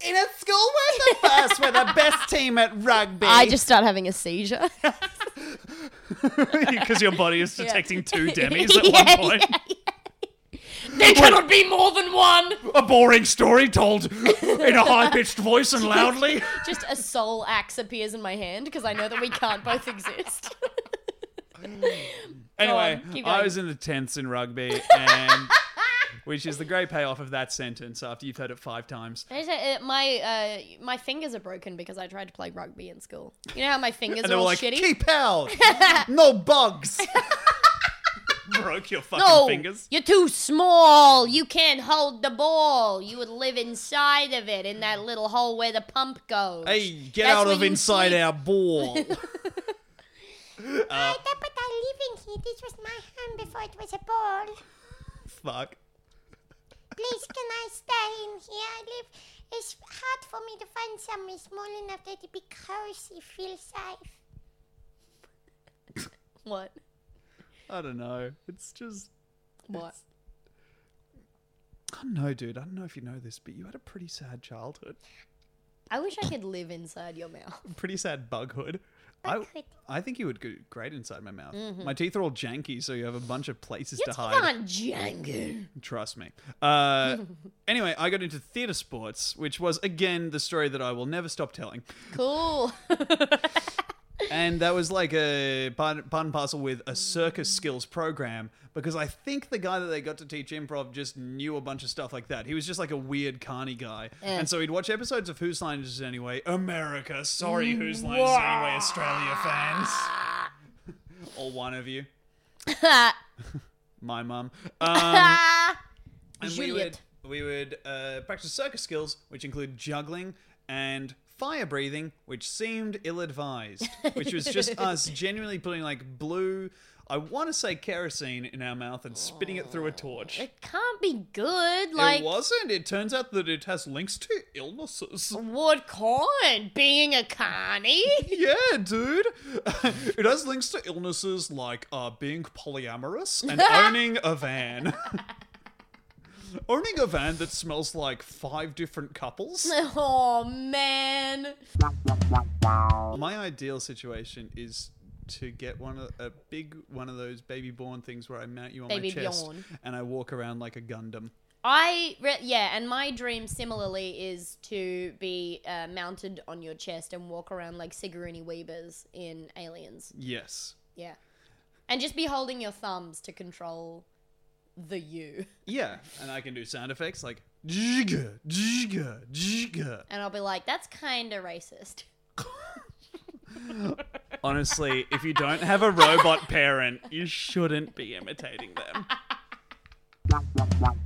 S5: In a school where the firsts were the best team at rugby.
S4: I just start having a seizure.
S5: Because your body is detecting two demis at
S4: Yeah,
S5: one point.
S4: there cannot be more than one.
S5: A boring story told in a high pitched voice and loudly.
S4: Just a soul axe appears in my hand because I know that we can't both exist.
S5: Anyway,
S4: on, keep
S5: I
S4: going.
S5: was in the tenths in rugby, and which is the great payoff of that sentence after you've heard it five times.
S4: I just, uh, my uh, my fingers are broken because I tried to play rugby in school. You know how my fingers
S5: And
S4: are
S5: they were
S4: all
S5: like,
S4: shitty.
S5: keep out! no bugs! Broke your fucking
S4: no,
S5: fingers.
S4: you're too small. You can't hold the ball. You would live inside of it in that little hole where the pump goes.
S5: Hey, get
S4: That's
S5: out
S4: where
S5: of
S4: you
S5: inside
S4: sleep.
S5: our ball. Uh,
S3: I thought but I live in here. This was my hand before it was a ball.
S5: Fuck.
S3: Please, can I stay in here? I live. It's hard for me to find somewhere small enough that a big horsey feels safe.
S4: What?
S5: I don't know. It's just.
S4: What?
S5: I don't know, dude. I don't know if you know this, but you had a pretty sad childhood.
S4: I wish I could live inside your mouth.
S5: Pretty sad bughood. I,
S3: could.
S5: I think you would go great inside my mouth.
S4: Mm-hmm.
S5: My teeth are all janky, so you have a bunch of places
S4: Your
S5: to
S4: teeth
S5: hide.
S4: aren't janky.
S5: Trust me. Uh, anyway, I got into theatre sports, which was, again, the story that I will never stop telling.
S4: Cool.
S5: And that was like a part, part and parcel with a circus skills program because I think the guy that they got to teach improv just knew a bunch of stuff like that. He was just like a weird carny guy. And so he'd watch episodes of Whose Line Is It Anyway? America. Sorry, Whose Line Is It Anyway, Australia fans. or one of you. My mum. Um, and
S4: Juliet.
S5: we would, we would uh, practice circus skills, which include juggling and fire breathing, which seemed ill advised, which was just us genuinely putting like blue, I want to say kerosene in our mouth and spitting it through a torch.
S4: it can't be good. Like,
S5: it wasn't. It turns out that it has links to illnesses.
S4: what kind? Being a carny?
S5: Yeah, dude. it has links to illnesses like uh, being polyamorous and owning a van. owning a van that smells like five different couples.
S4: oh, man.
S5: My ideal situation is to get one of a big one of those baby born things where I mount you on
S4: Baby
S5: my chest
S4: Bjorn.
S5: and I walk around like a Gundam.
S4: I re- yeah, and my dream similarly is to be uh, mounted on your chest and walk around like Sigourney Weavers in Aliens.
S5: Yes.
S4: Yeah, and just be holding your thumbs to control the you,
S5: Yeah, and I can do sound effects like jigga, jigga, jigga.
S4: and I'll be like, "That's kind of racist."
S5: Honestly, if you don't have a robot parent, you shouldn't be imitating them.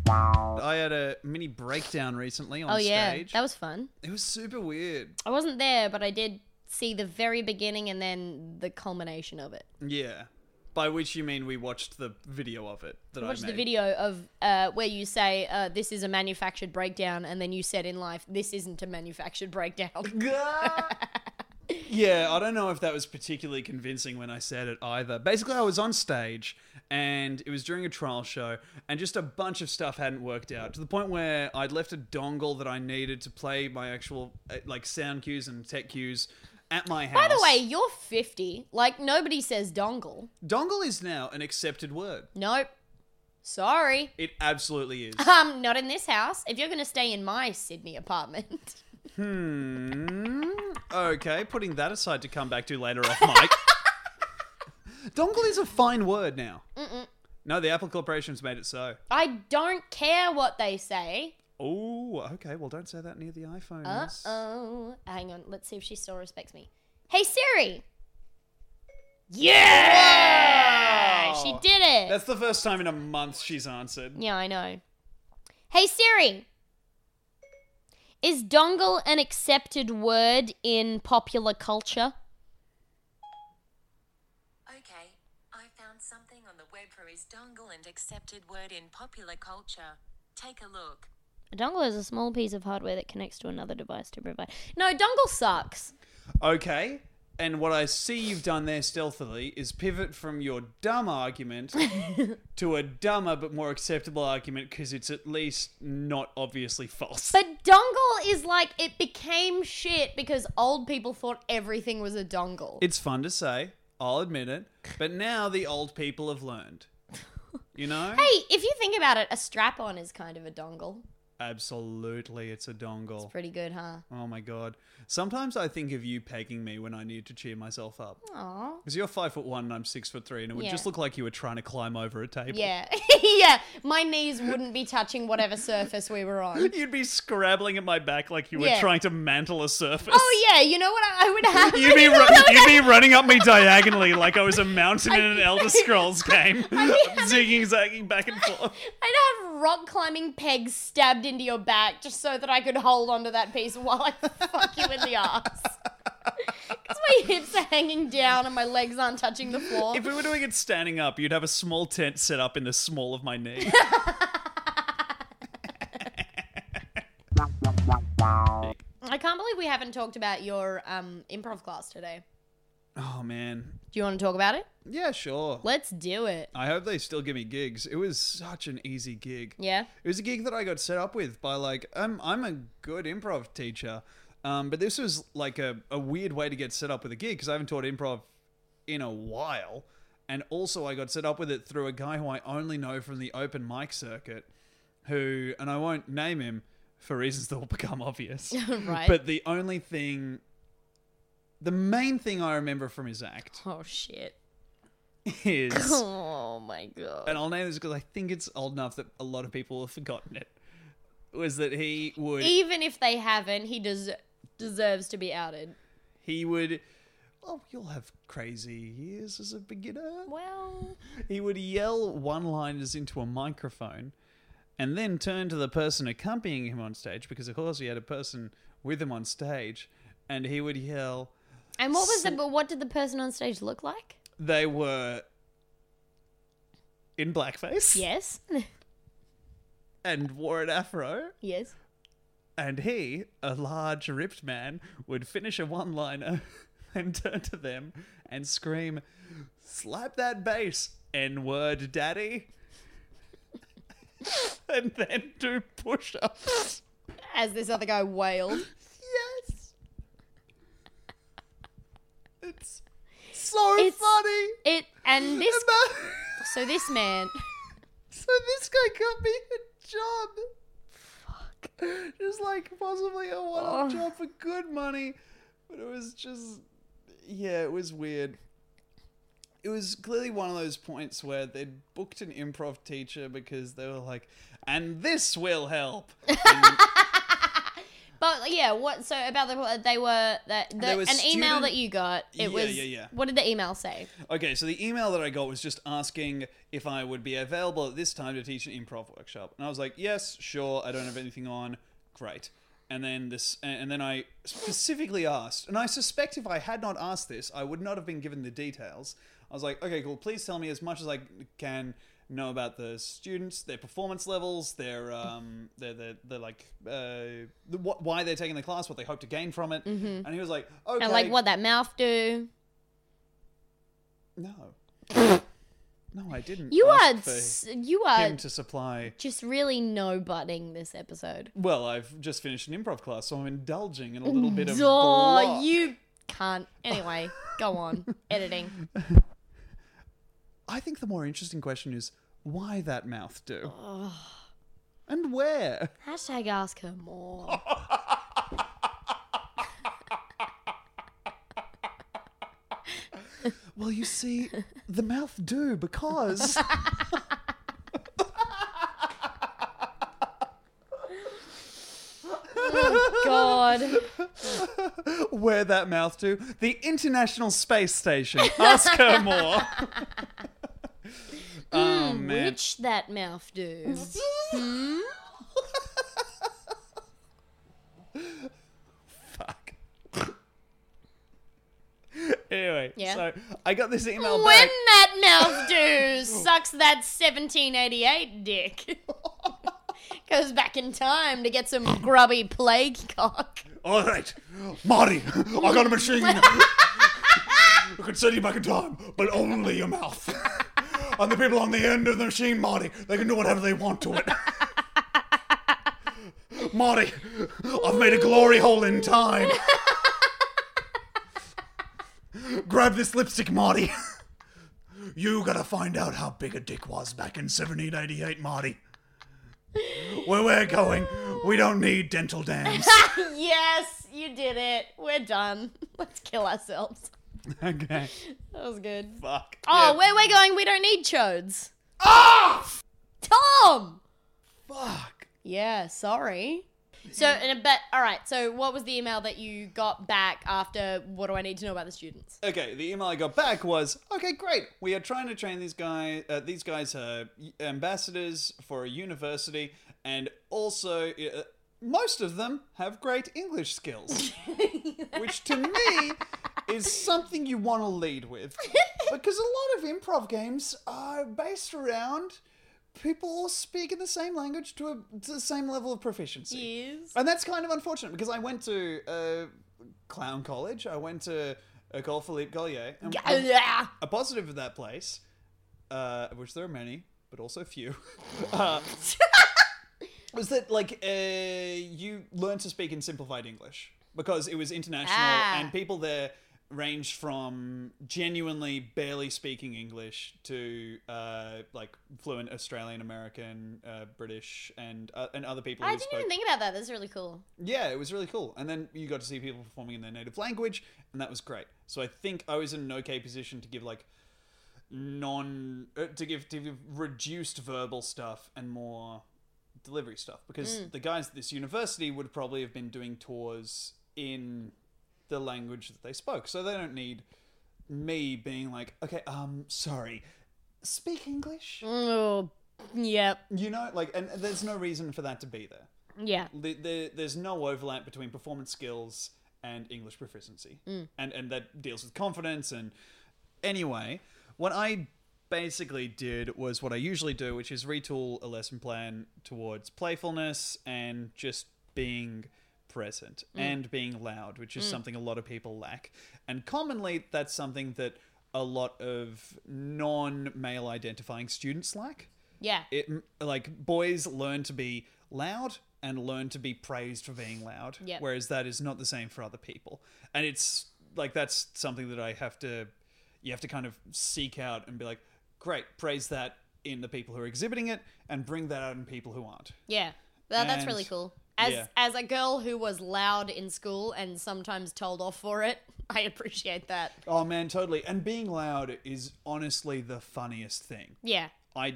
S5: I had a mini breakdown recently on
S4: oh yeah,
S5: stage.
S4: that was fun.
S5: it was super weird.
S4: I wasn't there, but I did see the very beginning and then the culmination of it.
S5: Yeah. By which you mean we watched the video of it that I
S4: Watch
S5: made.
S4: the video of uh, where you say uh, this is a manufactured breakdown, and then you said in life this isn't a manufactured breakdown.
S5: Yeah, I don't know if that was particularly convincing when I said it either. Basically, I was on stage and it was during a trial show, and just a bunch of stuff hadn't worked out to the point where I'd left a dongle that I needed to play my actual uh, like sound cues and tech cues at my house.
S4: By the way, you're 50. Like nobody says dongle.
S5: dongle is now an accepted word.
S4: Nope. Sorry.
S5: It absolutely is.
S4: Um, not in this house. If you're gonna stay in my Sydney apartment,
S5: Hmm. Okay, putting that aside to come back to later off mic. Dongle is a fine word now. Mm-mm. No, the Apple Corporation's made it so.
S4: I don't care what they say.
S5: Oh, okay. Well, don't say that near the iPhones.
S4: Uh oh. Hang on. Let's see if she still respects me. Hey Siri. Yeah, she did it.
S5: That's the first time in a month she's answered.
S4: Yeah, I know. Hey Siri. Is dongle an accepted word in popular culture?
S8: Okay, I found something on the web for is dongle and accepted word in popular culture. Take a look.
S4: A dongle is a small piece of hardware that connects to another device to provide. No, dongle sucks.
S5: Okay. And what I see you've done there stealthily is pivot from your dumb argument to a dumber but more acceptable argument because it's at least not obviously false.
S4: But dongle is like it became shit because old people thought everything was a dongle.
S5: it's fun to say, I'll admit it, but now the old people have learned. You know?
S4: hey, if you think about it, a strap on is kind of a dongle.
S5: Absolutely, it's a dongle.
S4: Pretty good, huh?
S5: oh my god. Sometimes I think of you pegging me when I need to cheer myself up.
S4: Aw.
S5: Because you're five foot one and I'm six foot three, and it would
S4: Yeah.
S5: just look like you were trying to climb over a table.
S4: Yeah. yeah. My knees wouldn't be touching whatever surface we were on.
S5: You'd be scrabbling at my back like you were
S4: Yeah.
S5: trying to mantle a surface.
S4: Oh yeah, you know what I, I would have?
S5: You'd be, ru- you'd be running up me diagonally like I was a mountain in an Elder Scrolls game, zigging, zagging back and forth.
S4: I'd have rock climbing pegs stabbed into your back just so that I could hold onto that piece while I fuck you in the ass. Because my hips are hanging down and my legs aren't touching the floor.
S5: If we were doing it standing up, you'd have a small tent set up in the small of my knee.
S4: I can't believe we haven't talked about your um, improv class today.
S5: oh man,
S4: Do you want to talk about it?
S5: yeah, sure.
S4: Let's do it.
S5: I hope they still give me gigs. It was such an easy gig.
S4: Yeah.
S5: um, It was a gig that I got set up with by like I'm I'm a good improv teacher. Um, but this was like a, a weird way to get set up with a gig because I haven't taught improv in a while. And also, I got set up with it through a guy who I only know from the open mic circuit, who, and I won't name him for reasons that will become obvious.
S4: Right.
S5: But the only thing, the main thing I remember from his act
S4: Oh shit.
S5: is.
S4: Oh my god.
S5: and I'll name this because I think it's old enough that a lot of people have forgotten it. Was that he would
S4: Even if they haven't, he des- deserves to be outed.
S5: he would oh you'll have crazy years as a beginner.
S4: Well,
S5: He would yell one-liners into a microphone, and then turn to the person accompanying him on stage because of course he had a person with him on stage, and he would yell.
S4: and what was the? But what did the person on stage look like?
S5: They were in blackface
S4: Yes.
S5: and wore an afro.
S4: yes.
S5: And he, a large, ripped man, would finish a one liner and turn to them and scream, Slap that bass, N word daddy. and then do push ups.
S4: As this other guy wailed.
S5: Yes! It's so
S4: It's-
S5: funny!
S4: It and this.
S5: And that-
S4: so this man.
S5: so this guy got me a job. Fuck. Just like possibly a one off job for good money. But it was just yeah, it was weird. It was clearly one of those points where they'd booked an improv teacher because they were like, and this will help.
S4: But yeah, what? So about the they were that the,
S5: There
S4: an
S5: was
S4: email
S5: student-
S4: that you got. It
S5: Yeah,
S4: was
S5: yeah, yeah.
S4: What did the email say?
S5: Okay, so the email that I got was just asking if I would be available at this time to teach an improv workshop, and I was like, "Yes, sure. I don't have anything on. Great." And then this, and then I specifically asked, and I suspect if I had not asked this, I would not have been given the details. I was like, "Okay, cool. Please tell me as much as I can know about the students, their performance levels, their um, their their, their like uh, the, wh- why they're taking the class, what they hope to gain from it." And he was like, "Okay,
S4: Mm-hmm. And like what that mouth do?
S5: no. no, I didn't.
S4: You
S5: ask
S4: are
S5: for
S4: s- you are
S5: him to supply.
S4: just really no butting this episode.
S5: Well, I've just finished an improv class, so I'm indulging in a little bit of.
S4: Oh,
S5: block.
S4: you can't. Anyway, go on. Editing.
S5: I think the more interesting question is why that mouth do, and where.
S4: Hashtag ask her more.
S5: Well, you see, the mouth do because.
S4: God.
S5: Oh, Where that mouth to? The International Space Station. Ask her more. oh, man.
S4: Hmm, Which that mouth do?
S5: Fuck. anyway,
S4: Yeah.
S5: so I got this email
S4: When
S5: back.
S4: that mouth do sucks that 1788 dick. Goes back in time to get some grubby plague cock.
S5: All right, Marty, I got a machine. I can send you back in time, but only your mouth. and the people on the end of the machine, Marty, they can do whatever they want to it. Marty, I've made a glory hole in time. Grab this lipstick, Marty. You gotta find out how big a dick was back in 1788, Marty. Where we're going, we don't need dental dams.
S4: Yes, you did it. We're done. Let's kill ourselves.
S5: Okay.
S4: That was good.
S5: Fuck.
S4: Oh, where we're going, we don't need chodes. Oh! Tom!
S5: Fuck.
S4: Yeah, sorry. So, and but all right. So, what was the email that you got back after? What do I need to know about the students?
S5: Okay, the email I got back was, okay, great. We are trying to train these guys. Uh, these guys are y- ambassadors for a university, and also uh, most of them have great English skills, which to me is something you want to lead with, because a lot of improv games are based around people all speaking the same language to, a, to the same level of proficiency.
S4: Is
S5: And that's kind of unfortunate because I went to uh, clown college. I went to Ecole Philippe Gollier. And
S4: Oh, yeah.
S5: A positive of that place, uh, which there are many, but also few, uh, was that like uh, you learn to speak in simplified English. because it was international
S4: Ah.
S5: and people there ranged from genuinely barely speaking English to uh, like fluent Australian American, uh, British, and uh, and other people.
S4: I
S5: who
S4: didn't
S5: spoke
S4: even think about that. That's really cool.
S5: yeah, it was really cool. And then you got to see people performing in their native language, and that was great. So I think I was in an okay position to give like non uh, to give to give reduced verbal stuff and more delivery stuff because the guys at this university would probably have been doing tours in the language that they spoke. So they don't need me being like, "Okay, um sorry, speak English."
S4: Oh, yep.
S5: You know, like and there's no reason for that to be there
S4: Yeah.
S5: the, the, there's no overlap between performance skills and English proficiency, and and that deals with confidence. And anyway, what I basically did was what I usually do, which is retool a lesson plan towards playfulness and just being present and being loud, which is something a lot of people lack. And commonly, that's something that a lot of non-male identifying students lack
S4: Yeah.
S5: it like boys learn to be loud and learn to be praised for being loud
S4: Yep.
S5: whereas that is not the same for other people and it's like that's something that i have to you have to kind of seek out and be like great praise that in the people who are exhibiting it and bring that out in people who aren't
S4: Yeah, Tha- that's
S5: And-
S4: really cool. As
S5: yeah.
S4: as a girl who was loud in school and sometimes told off for it, I appreciate that.
S5: oh man totally and being loud is honestly the funniest thing
S4: Yeah.
S5: i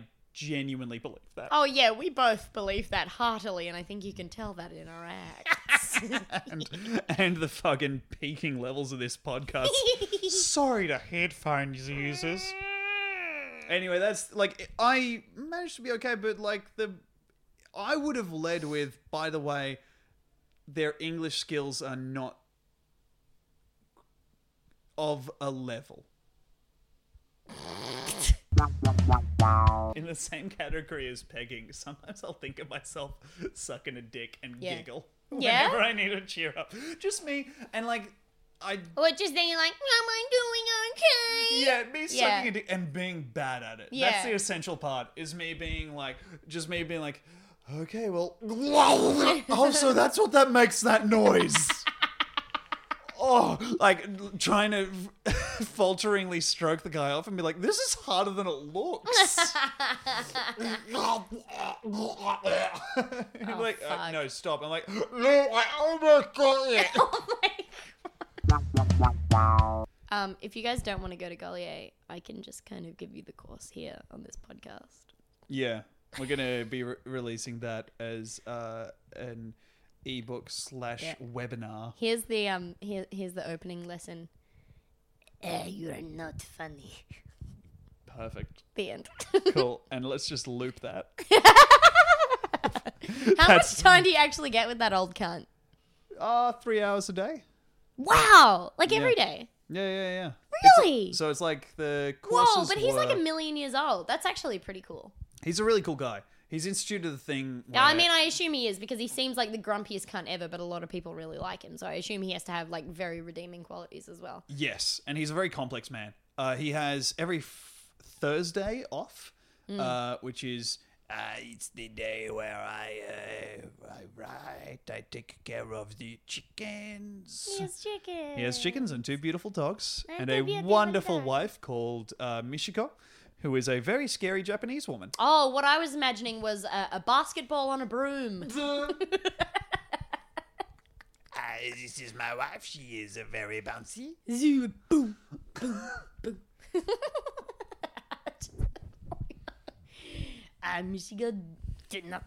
S5: genuinely believe that
S4: Oh yeah, we both believe that heartily, and I think you can tell that in our acts.
S5: and, and the fucking peaking levels of this podcast. Sorry to headphones users. Anyway, that's like I managed to be okay, but like the I would have led with. By the way, their English skills are not of a level. In the same category as pegging, sometimes I'll think of myself sucking a dick and
S4: Yeah.
S5: giggle
S4: Yeah?
S5: whenever I need to cheer up. Just me and like I
S4: or just being like, "Am I doing okay?"
S5: yeah, me
S4: Yeah.
S5: sucking a dick and being bad at it. That's
S4: Yeah.
S5: the essential part. Is me being like just me being like, okay, well, oh, so that's what that makes that noise. Oh, like trying to falteringly stroke the guy off and be like, this is harder than it looks. like, uh,
S4: Oh, fuck.
S5: no, stop. I'm like, no, I oh almost got it.
S4: Um, if you guys don't want to go to Golier, I can just kind of give you the course here on this podcast.
S5: Yeah, we're gonna be re- releasing that as uh, an ebook slash webinar.
S4: Here's the um here, here's the opening lesson. Eh, you're not funny.
S5: Perfect,
S4: The end.
S5: cool. and let's just loop that.
S4: How
S5: That's-
S4: much time do you actually get with that old cunt?
S5: Uh three hours a day.
S4: Wow! Like every
S5: Yeah.
S4: day.
S5: Yeah, yeah, yeah.
S4: Really?
S5: So it's like the courses.
S4: Whoa, but he's like a
S5: were-
S4: million years old. That's actually pretty cool.
S5: he's a really cool guy. He's instituted the thing.
S4: Now, I
S5: where-
S4: mean, I assume he is because he seems like the grumpiest cunt ever, but a lot of people really like him. So I assume he has to have like very redeeming qualities as well.
S5: Yes, and he's a very complex man. Uh, he has every f- Thursday off,
S4: Mm.
S5: uh, which is uh, it's the day where I uh, I write, I take care of the chickens. He has chickens. He has chickens and two beautiful dogs and, a wonderful wife called uh, Mishiko, who is a very scary Japanese woman.
S4: Oh, what I was imagining was a, a basketball on a broom.
S5: Ah, this is my wife. She is a very bouncy.
S4: Um, she got did not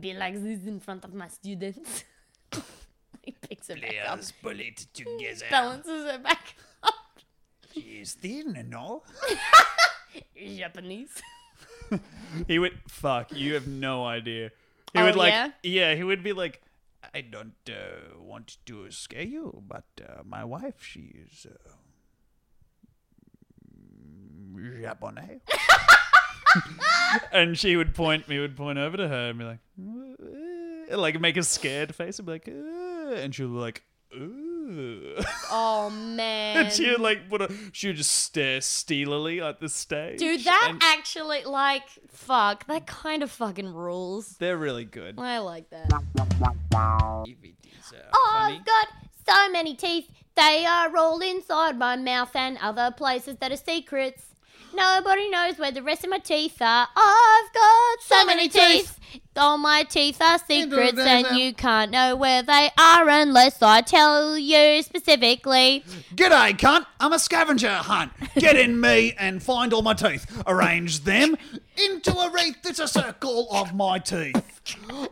S4: be like this in front of my students. he picks it back up,
S5: pull it uh, together.
S4: balances it back up.
S5: She is thin and all.
S4: Japanese.
S5: He would fuck. You have no idea. He
S4: Oh,
S5: would like
S4: yeah?
S5: He would be like, I don't uh, want to scare you, but uh, my wife, she is uh, Japanese. and she would point. Me would point over to her and be like, "Uh," like make a scared face and be like, "Uh," and she would be like. Ooh.
S4: Oh man.
S5: and she
S4: Um,
S5: would like put a, she would just stare steelily at the stage.
S4: Dude, that
S5: and
S4: actually, like, fuck, that kind of fucking rules.
S5: they're really good.
S4: I like that.
S5: If it is, uh,
S4: Oh, I've got
S3: So many teeth, they are all inside my mouth and other places that are secrets. Nobody knows where the rest of my teeth are. I've got so, many, teeth. All my teeth are secrets, and you can't know where they are unless I tell you specifically.
S5: G'day, cunt. I'm a scavenger hunt. Get in me and find all my teeth. Arrange them into a wreath that's a circle of my teeth. I'm full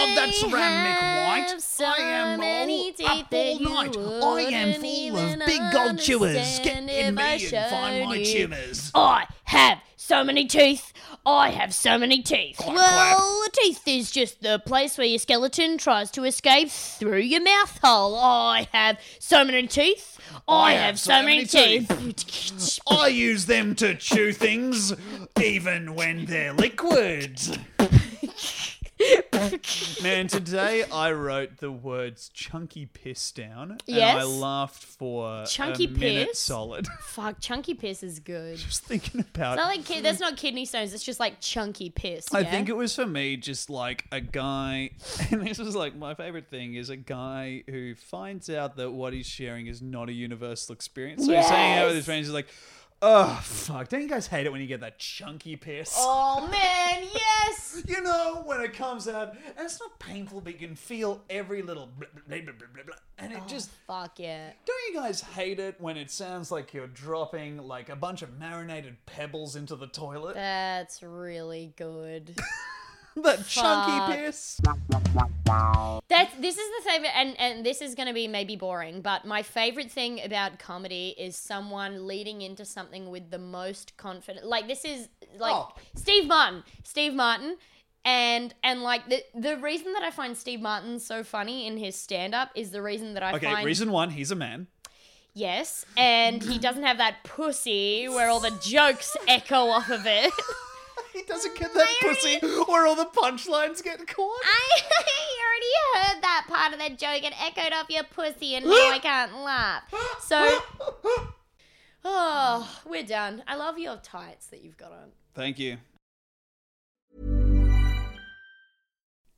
S5: of that
S4: I
S5: ceramic
S4: have
S5: white.
S4: so
S5: I am
S4: many
S5: all
S4: teeth
S5: up
S4: that
S5: all
S4: you
S5: night. I am
S4: wouldn't
S5: full
S4: even
S5: of big gold chewers. Get
S4: understand
S5: in
S4: if I
S5: me and find my
S4: showed you.
S5: tumors.
S4: I have so many teeth. I have so many teeth. well, a teeth is just the place where your skeleton tries to escape through your mouth hole. I have so many teeth. I, have, so many, teeth.
S5: I use them to chew things, even when they're liquid. Man, today I wrote the words "chunky piss" down, and I
S4: Yes?
S5: laughed for
S4: Chunky
S5: a minute
S4: piss?
S5: solid.
S4: Fuck, chunky piss is good.
S5: Just thinking about.
S4: Not like kid, that's not kidney stones. It's just like chunky piss.
S5: I
S4: yeah?
S5: think it was for me just like a guy, and this was like my favorite thing is a guy who finds out that what he's sharing is not a universal experience. So he's hanging out with his friends, he's like, oh, fuck, don't you guys hate it when you get that chunky piss?
S4: Oh man, yes.
S5: You know, when it comes out, and it's not painful, but you can feel every little blah, blah, blah, blah, blah, blah, and
S4: Oh.
S5: it just.
S4: Fuck yeah.
S5: Don't you guys hate it when it sounds like you're dropping like a bunch of marinated pebbles into the toilet?
S4: Uh, That's really good.
S5: that chunky piss.
S4: That's this is the favorite, and and this is going to be maybe boring, but my favorite thing about comedy is someone leading into something with the most confident. Like this is like
S5: Oh.
S4: Steve Martin, Steve Martin, and and like the the reason that I find Steve Martin so funny in his stand up is the reason that I
S5: Okay,
S4: find
S5: reason one, he's a man.
S4: Yes, and he doesn't have that pussy where all the jokes echo off of it.
S5: He doesn't get that pussy where all the punchlines get caught.
S3: I already heard that part of the joke. It echoed off your pussy, and now I can't laugh.
S4: So, oh, we're done. I love your tights that you've got on.
S5: Thank you.